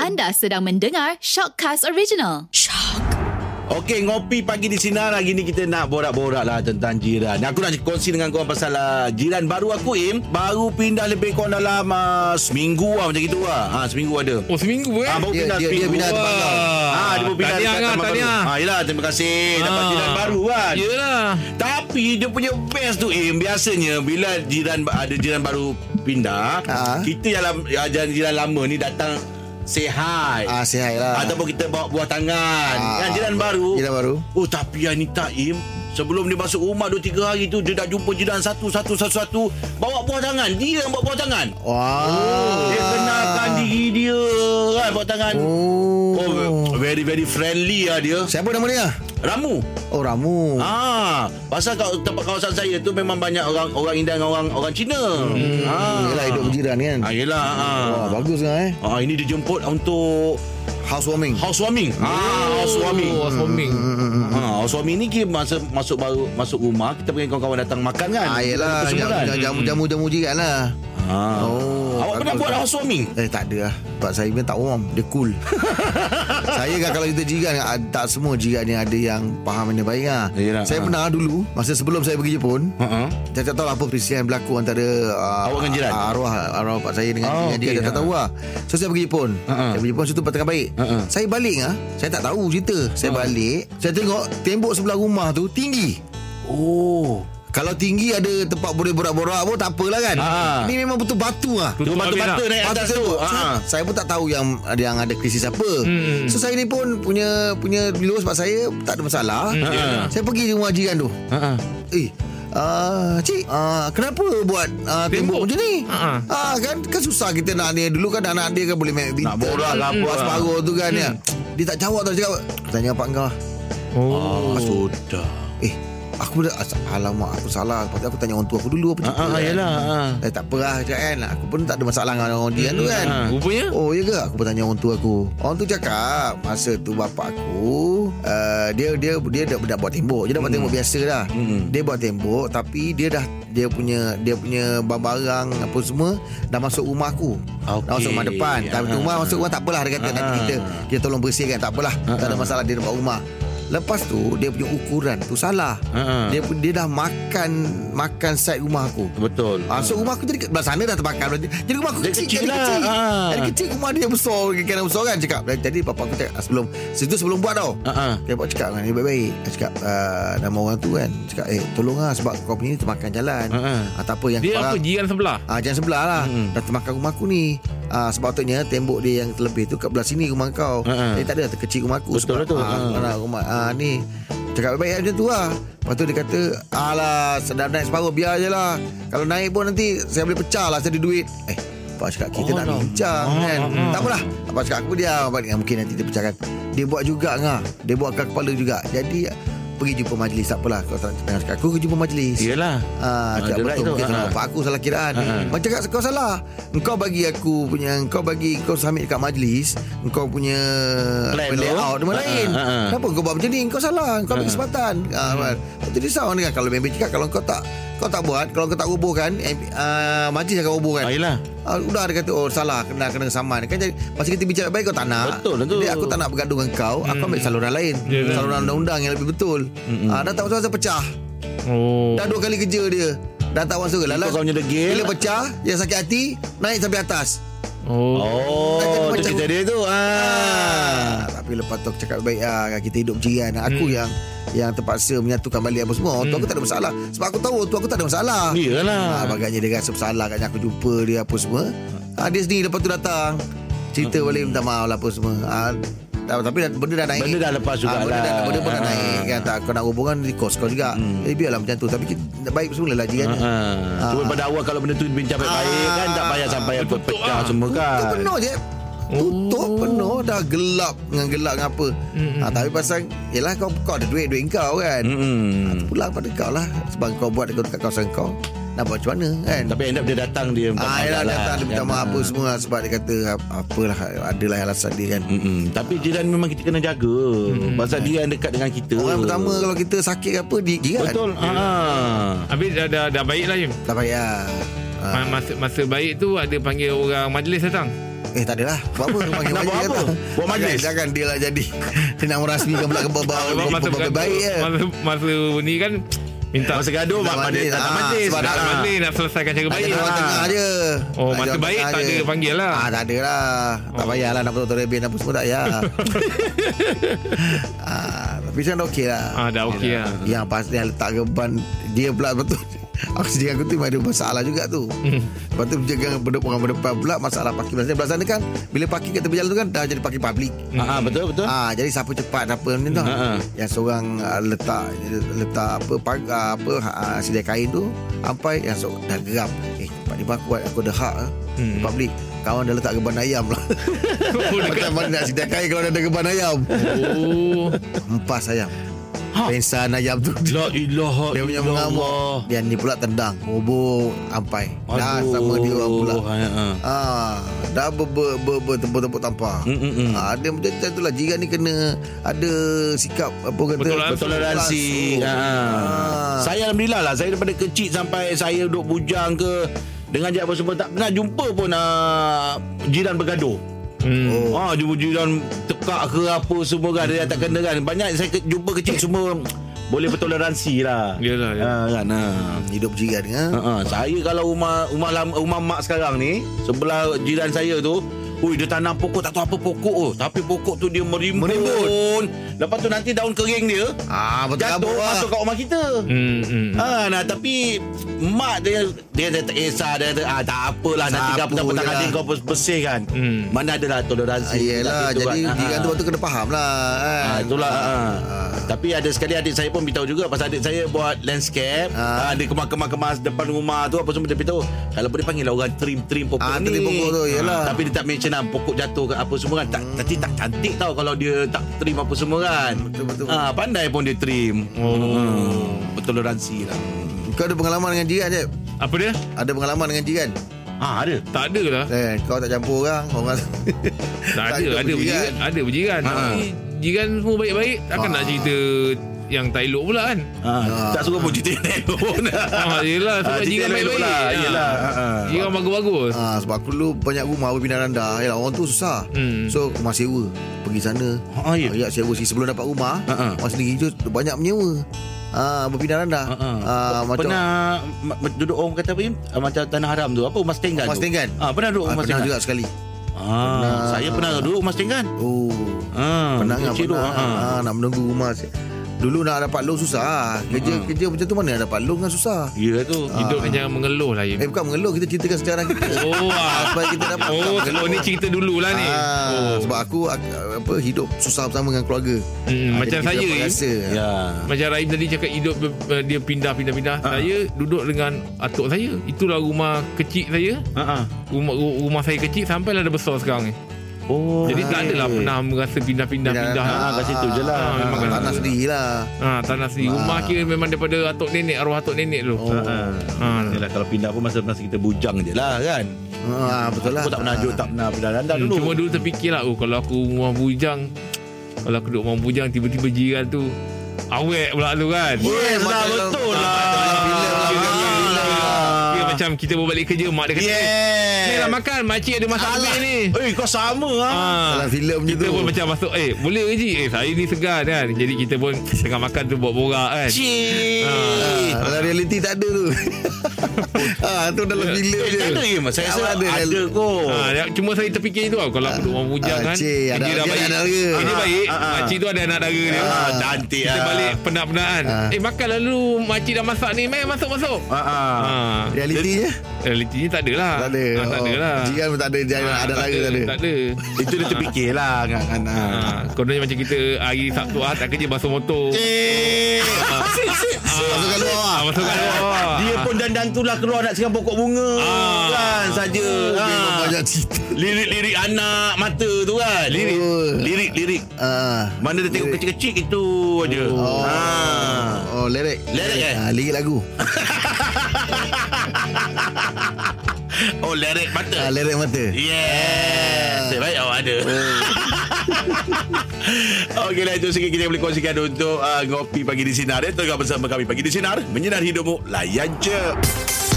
Anda sedang mendengar Shockcast Original. Okey, ngopi pagi di sinar. Hari ni kita nak borak-borak lah tentang jiran. Aku nak kongsi dengan korang pasal uh, jiran baru aku, Im. Baru pindah lebih kurang dalam uh, seminggu lah macam itu lah. Ha, seminggu ada. Oh seminggu eh Ah, baru Dia- pindah dia- dia seminggu. pindah tempat Ah, kau. ah, dia baru pindah Tahniah dekat kan, tempat baru. tahniah. Ah, yelah, terima kasih. Dapat Ah. jiran baru kan. Ya. Yelah Tapi dia punya best tu Im Biasanya bila jiran ada jiran baru pindah Ah. Kita dalam jiran, jiran lama ni datang Say hi Ah, sihat lah. Ataupun kita bawa buah tangan Ah, Kan jiran baru jiran baru. Oh tapi yang ni tak Im Sebelum dia masuk rumah 2-3 hari tu Dia dah jumpa jiran satu satu satu satu Bawa buah tangan Dia yang bawa buah tangan Wah. Dia kenalkan diri dia kan Bawa tangan Oh. Oh very very friendly lah dia Siapa nama dia? Ramu Oh, Ramu. Ah, pasal kau tempat kawasan saya tu memang banyak orang orang India dengan orang orang Cina. Hmm. Ah. Yelah, hidup berjiran kan? Ah, yelah. Ah. Wah, bagus kan eh? Ah, ini dijemput untuk Housewarming. housewarming. Ah, housewarming. Oh swarming Ha, housewarming ni kira masa masuk baru masuk rumah kita panggil kawan-kawan datang makan kan. Ah, yelah. Kita Jamu- persembahan. jamu- Jamu, jamu, jamu jiran lah. Ah. Oh, Awak pernah bagus. buat housewarming? Eh, tak ada lah. Sebab saya pun tak warm. Dia cool. saya kan kalau kita jiran, ah, tak semua jiran yang ada yang faham benda baik lah. Yelah, saya ah. pernah dulu, masa sebelum saya pergi Jepun, Ha. Uh-huh. Saya tak tahu lah apa perisian berlaku antara uh, Awak dengan jiran? uh, arwah arwah pak saya dengan Oh, oh, dia. okey. Uh-uh. Saya tak tahu lah. So saya pergi Jepun. Ha-ha. Saya pergi Jepun situ pertengahan baik. Ha-ha. Saya balik ah, saya tak tahu cerita. Saya balik, saya tengok tembok sebelah rumah tu tinggi. Oh. Kalau tinggi ada tempat boleh borak-borak pun tak apalah kan. Ha-ha. Ini memang betul batu ah. Dia Tutup batu-batu habis naik Patut atas saya tu. buat. Ha. Saya- Saya pun tak tahu yang yang ada krisis apa. Hmm. So saya ni pun punya punya dulu sebab saya tak ada masalah. yelah. Saya pergi rumah jiran tu. Ha. Eh Uh, cik uh, Kenapa buat uh, Tembok. Tembok macam ni Ha-ha. Ah, Kan kan susah kita nak dia Dulu kan anak dia kan boleh main Nak badminton borak ke apa Buat lah. separuh tu kan ya. Dia tak jawab tau cakap Tanya apa kau lah Oh Oh, Ah, sudah. Eh Aku dah as- Alamak aku salah Lepas tu aku tanya orang tua aku dulu Apa cerita Ah, ah, kan. yelah. Ah. Eh tak apa lah cakap kan Aku pun tak ada masalah dengan orang dia tu kan ha. Rupanya Oh ya ke aku bertanya orang tua aku. Orang tu cakap masa tu bapak aku uh, dia dia dia dah, dah buat tembok. Dia dah Hmm. buat tembok biasa dah. Mm. Dia buat tembok tapi dia dah dia punya dia punya barang apa semua dah masuk rumah aku. Okey. Dah masuk rumah depan. Tapi Ah. rumah masuk rumah tak apalah dia kata Ah. nanti kita kita tolong bersihkan tak apalah. Tak ada masalah dia dah buat rumah. Lepas tu dia punya ukuran tu salah. Ah. Dia dia dah makan makan side rumah aku. Betul. Ah, so rumah aku jadi belah sana dah terbakar. Jadi jadi rumah aku Dia kecil, kecil jadi lah. kecil. Ah. Jadi kecil rumah dia besar, kena besar kan cakap. Jadi papa aku cakap ah, sebelum situ sebelum buat tau. Ha. ah. Dia buat cakap dengan dia baik-baik Dia cakap uh, Nama orang tu kan Cakap eh tolong lah Sebab kau punya ni termakan jalan Ah, uh-huh. Tak apa yang Dia apa barang- jiran sebelah Ah, jangan sebelah lah hmm. Dah termakan rumah aku ni ah, Sebab patutnya tembok dia yang terlebih tu Kat belah sini rumah kau Ha-ha. Jadi tak ada terkecil rumah aku Betul lah sebab, tu. ah, Ha. ha. rumah ah, ni Cakap baik-baik macam tu lah Lepas tu dia kata Alah sedap naik separuh Biar je lah Kalau naik pun nanti Saya boleh pecah lah Saya ada duit Eh Abang cakap kita Oh, oh, nak dah. bincang Ah, kan ah, ah. Tak apalah Abang cakap aku dia Abang cakap mungkin nanti dia pecahkan Dia buat juga ngah Dia buatkan kepala juga Jadi pergi jumpa majlis tak apalah Kau tak tengah cakap Aku pergi jumpa majlis Yelah. Ah, Ah, dia cakap right betul tu. mungkin salah Ah. bapak aku salah kiraan. Ah. Macam kat kau salah. Engkau bagi aku punya engkau bagi kau submit kat majlis, engkau punya Plan tu. layout Ah, dengan ah, lain. ah, ah. Kenapa kau buat macam ni? Engkau salah. Engkau ambil Ah. kesempatan. Ah, kan. Lepas tu dia sound dengan kalau member cakap kalau kau tak kau tak buat, kalau kau tak robohkan, eh, ah, majlis akan robohkan. Ah, yelah. Ah, udah dia kata oh salah kena kena saman kan jadi pasal kita bicara baik kau tak nak Betul lah tu. Hmm. jadi aku tak nak bergaduh dengan kau aku ambil saluran lain Ya, kan? saluran undang-undang yang lebih betul ah, dah tak pasal pecah Oh Dah dua kali kerja dia Dah tak Itu masuk Lala kau punya degil. Bila pecah Yang sakit hati Naik sampai atas Oh Oh, tu Macam- cerita dia tu. Ah. ah. Tapi lepas tu aku cakap baik ah, Kita hidup jiran Aku Hmm. yang Yang terpaksa menyatukan balik apa semua Orang tu aku tak ada masalah Sebab aku tahu orang tu aku tak ada masalah Iyalah. ah, Agaknya dia rasa bersalah Agaknya aku jumpa dia apa semua ah, Dia sendiri lepas tu datang Cerita Hmm. balik minta maaf lah apa semua ah, tak- tapi dah- benda dah naik Benda dah lepas juga benda, dah, lah. benda pun dah Ah. Hmm. naik kan tak, Kau nak hubungan Di kos kau juga Eh biarlah macam tu Tapi kita, baik semula lah jiran Ha. Cuma pada awal kalau benda tu bincang baik-baik Ah. kan tak payah sampai apa Betul-betul pecah ah. semua Tutup kan. penuh je Tutup Oh. penuh Dah gelap Dengan gelap dengan apa ha, Tapi pasal Yelah kau, kau ada duit Duit kau kan Hmm. Pulang pada kau lah Sebab kau buat dekat, dekat kawasan kau Nak buat macam mana kan Tapi end up dia datang dia minta Ah, maaf yelah, lah. dia tak ada minta Kan? maaf apa semua lah, Sebab dia kata "Ap- Apalah Adalah alasan dia kan Mm-mm. Tapi jiran memang kita kena jaga Pasal dia yang dekat dengan kita Hmm. Orang pertama Kalau kita sakit ke apa Dia kan? jiran Betul ah. Habis dah, dah, dah baik lah Jim Tak payah Ah. Ma- masa, masa baik tu Ada panggil orang majlis datang Eh tak adalah Buat apa panggil Nak buat majlis apa? datang. Buat majlis? Jangan, jangan dia lah jadi Dia nak merasmikan pula ke Bapak Oh, baik ya. masa, masa ni kan minta Masa gaduh mak Tak pada majlis. tak Ah, majlis. sebab tak Ah. tak- mandi nak selesaikan cara Tak baik ada orang lah. tengah je Oh, Tak masa orang baik tengah tak je. ada panggil lah. Oh. ah, Tak ada lah Tak payahlah nak potong rebin Apa semua tak payah ah, Tapi sekarang dah okey lah Ah, dah okey lah. Yang pasti yang letak geban Dia pula lepas tu Aku sendiri aku tu memang ada masalah juga tu Hmm. Lepas tu jaga pendep- orang berdepan pula Masalah parking belasan Belasan ni kan Bila parking kat tepi jalan tu kan Dah jadi parking public Ah, ah, betul betul. Ah jadi siapa cepat siapa ni tu. Ha, ha. Yang seorang ah, letak letak apa pag, ah, apa ah, sidai kain tu sampai yang so, dah geram. Eh tempat ni aku aku ada hak ah. Hmm. Public kawan dah letak geban ayam lah. Oh, dekat- Macam mana nak sidai kain kalau dah ada geban ayam? Oh. Empas ayam. Ha. Ya Pensan ayam tu. La ilaha Dia punya mengamuk Dia ni pula tendang Obor Ampai Dah sama dia orang pula ah, Ah, dah ber, ber, ber, ber tempur-tempur tampar. Mm, mm, mm. Ah, ada macam macam tu lah jiran ni kena ada sikap apa orang kata Bertoleransi. Toleransi. Ha. Ah. Saya alhamdulillah lah saya daripada kecil sampai saya duduk bujang ke dengan je apa semua tak pernah jumpa pun ah, jiran bergaduh. Hmm. Oh. Ah jumpa jiran tekak ke apa semua kan dia tak kena kan. Banyak saya ke, jumpa kecil semua boleh bertoleransi lah. Yalah, yalah. Ah, kan. Ah. Hidup jiran ya. Ha, saya kalau rumah rumah lam, rumah mak sekarang ni sebelah jiran saya tu Ui dia tanam pokok tak tahu apa pokok oh tapi pokok tu dia merimbun. merimbun. Lepas tu nanti daun kering dia Ah, betul jatuh kabur lah. masuk kat rumah kita. Hmm. hmm. Ha, nah tapi mak dia dia dia tak kisah dia kata ah, tak apalah nanti Sapu petang petang je nanti lah. kau bersih kan. Hmm. Mana adalah Ah, toleransi. yelah, kat situ jadi kan. jiran Ha, tu waktu kena faham lah. Kan? Ha, itulah. Ha. Ah. Tapi ada sekali adik saya pun beritahu juga pasal adik saya buat landscape. Ah. Ha. dia kemas-kemas-kemas depan rumah tu apa semua dia beritahu. Kalau boleh panggil lah orang trim-trim pokok Ah, ni. trim pokok tu, yelah. Hmm. Ah, Tapi dia tak mention lah pokok jatuh ke apa semua kan. Tak, Tapi tak cantik tau kalau dia tak trim apa semua kan. Betul, betul, Ah, pandai pun dia trim. Oh. Hmm, bertoleransi lah. Kau ada pengalaman dengan jiran je? Apa dia? Ada pengalaman dengan jiran? Ah, ada. Tak ada lah. Eh, kau tak campur orang, orang Tak ada, ikut ada berjiran. Ada berjiran. Ha. Tapi jiran semua baik-baik. Takkan Ah. nak cerita yang tak elok pula kan? Ah, Ah. tak suka pun cerita telefon. Ah, yelah, sebab jiran baik-baik. Ah. Yelah. Ah. Jiran bagus-bagus. Ah, sebab aku dulu banyak rumah aku pindah randa. Yalah, orang tu susah. Hmm. Ha, So, rumah sewa. Pergi sana. Ah, ya. Ya, sewa sendiri. sebelum dapat rumah, Ha, ha. orang sendiri tu banyak menyewa. Ah, berpindah randa. Ha, ha. Ah, macam pernah ma- ma- duduk orang kata apa Im? Ah, macam tanah haram tu apa rumah setinggan Rumah tu? setinggan. ah pernah duduk ah, rumah pernah setinggan juga sekali. ah saya pernah duduk rumah setinggan Oh. Ha, ah Pernah duduk enggak kecil tu, pernah. ah, ah. Ah, nak menunggu rumah. Dulu nak dapat loan susah. ha. Kerja kerja macam tu mana nak dapat loan kan susah. ya tu Hidup kan jangan mengeluh lah. Im. Eh bukan mengeluh kita ceritakan sejarah kita. Oh, Ah, ah. Sebab kita dapat Oh, bukan kalau mengeluh. ni cerita dululah ni. Ah, Oh. Sebab aku, aku apa, hidup susah bersama dengan keluarga Ah, Hmm, macam jadi kita saya, dapat Im. rasa. ya Macam Raim tadi cakap hidup eh, dia pindah-pindah-pindah. Ah. Saya duduk dengan atuk saya. Itulah rumah kecil saya. ah ah. Rumah ru- rumah saya kecil sampailah dah besar sekarang ni. oh Jadi tak adalah pernah merasa pindah-pindah-pindah. Pindah- ah kat situ je lah Ah, memang Ah, kan. Tanah sendiri lah Ha, tanah sendiri. Rumah Ah. Oh, kira memang daripada atuk nenek, arwah atuk nenek dulu. Ah, ah. Ah. Yelah, kalau pindah pun masa-masa kita bujang je lah kan ah, Betul lah Aku tak pernah duduk Tak pernah pindah randang Hmm, dulu Cuma dulu terfikirlah oh, Kalau aku rumah bujang Kalau aku duduk rumah bujang Tiba-tiba jiran tu Awet pula tu kan Yes lah betul lah Bila lah, Kira- bila kira- Ah. kira Macam kita baru balik kerja Mak dia kata yeah. Eh Yes lah makan Makcik ada masak Alah. lebih ni Eh kau sama ah Ah, Dalam filem je kita tu. pun macam masuk Eh boleh ke Cik Eh saya ni segan kan Jadi kita pun Tengah makan tu buat borak kan Cik Ah, Dalam realiti tak ada tu ah, Tu dalam Ya. filem Eh, je tak ada ke Mas? Saya rasa Awak ada, Ah, ada- ada kot. Ha, dia- cuma saya terfikir tu tau Kalau aku duduk rumah bujang ah, kan cik, ada- Dia dah dia ada baik anak dara. Eh, Dia Ah, baik ah, ah. Makcik tu ada anak dara dia Ah, cantik Kita ah. balik penat-penat kan Ah. Eh makan lalu Makcik dah masak ni Meh masuk-masuk Ah, ah. Ah. Realitinya Realitinya tak ada lah Tak ada ah, Tak ada Oh, lah Jiran pun tak ada Jiran Ah, ada lagi tak ada Tak ada Itu dia terfikir lah kan, kan, ah. Ah, kononnya macam kita hari Sabtu ah, tak kerja basuh motor. Eh, Masukkan luar Ah, masukkan Eh. luar. Dia pun dandan tu lah keluar nak serang pokok bunga Ah. Kan saja Ah, memang Ah. Banyak cerita Lirik-lirik anak mata tu kan Lirik Oh. Lirik-lirik ah. Mana dia tengok kecil-kecil itu aja Oh, Ah. oh lerek Lerek, eh? ah, Lirik lagu Oh lirik ah, mata Lerek mata Yes Baik awak ada Okeylah itu sikit kita boleh kongsikan untuk uh, Ngopi Pagi di Sinar ya. Tengok bersama kami Pagi di Sinar Menyinar hidupmu Layan je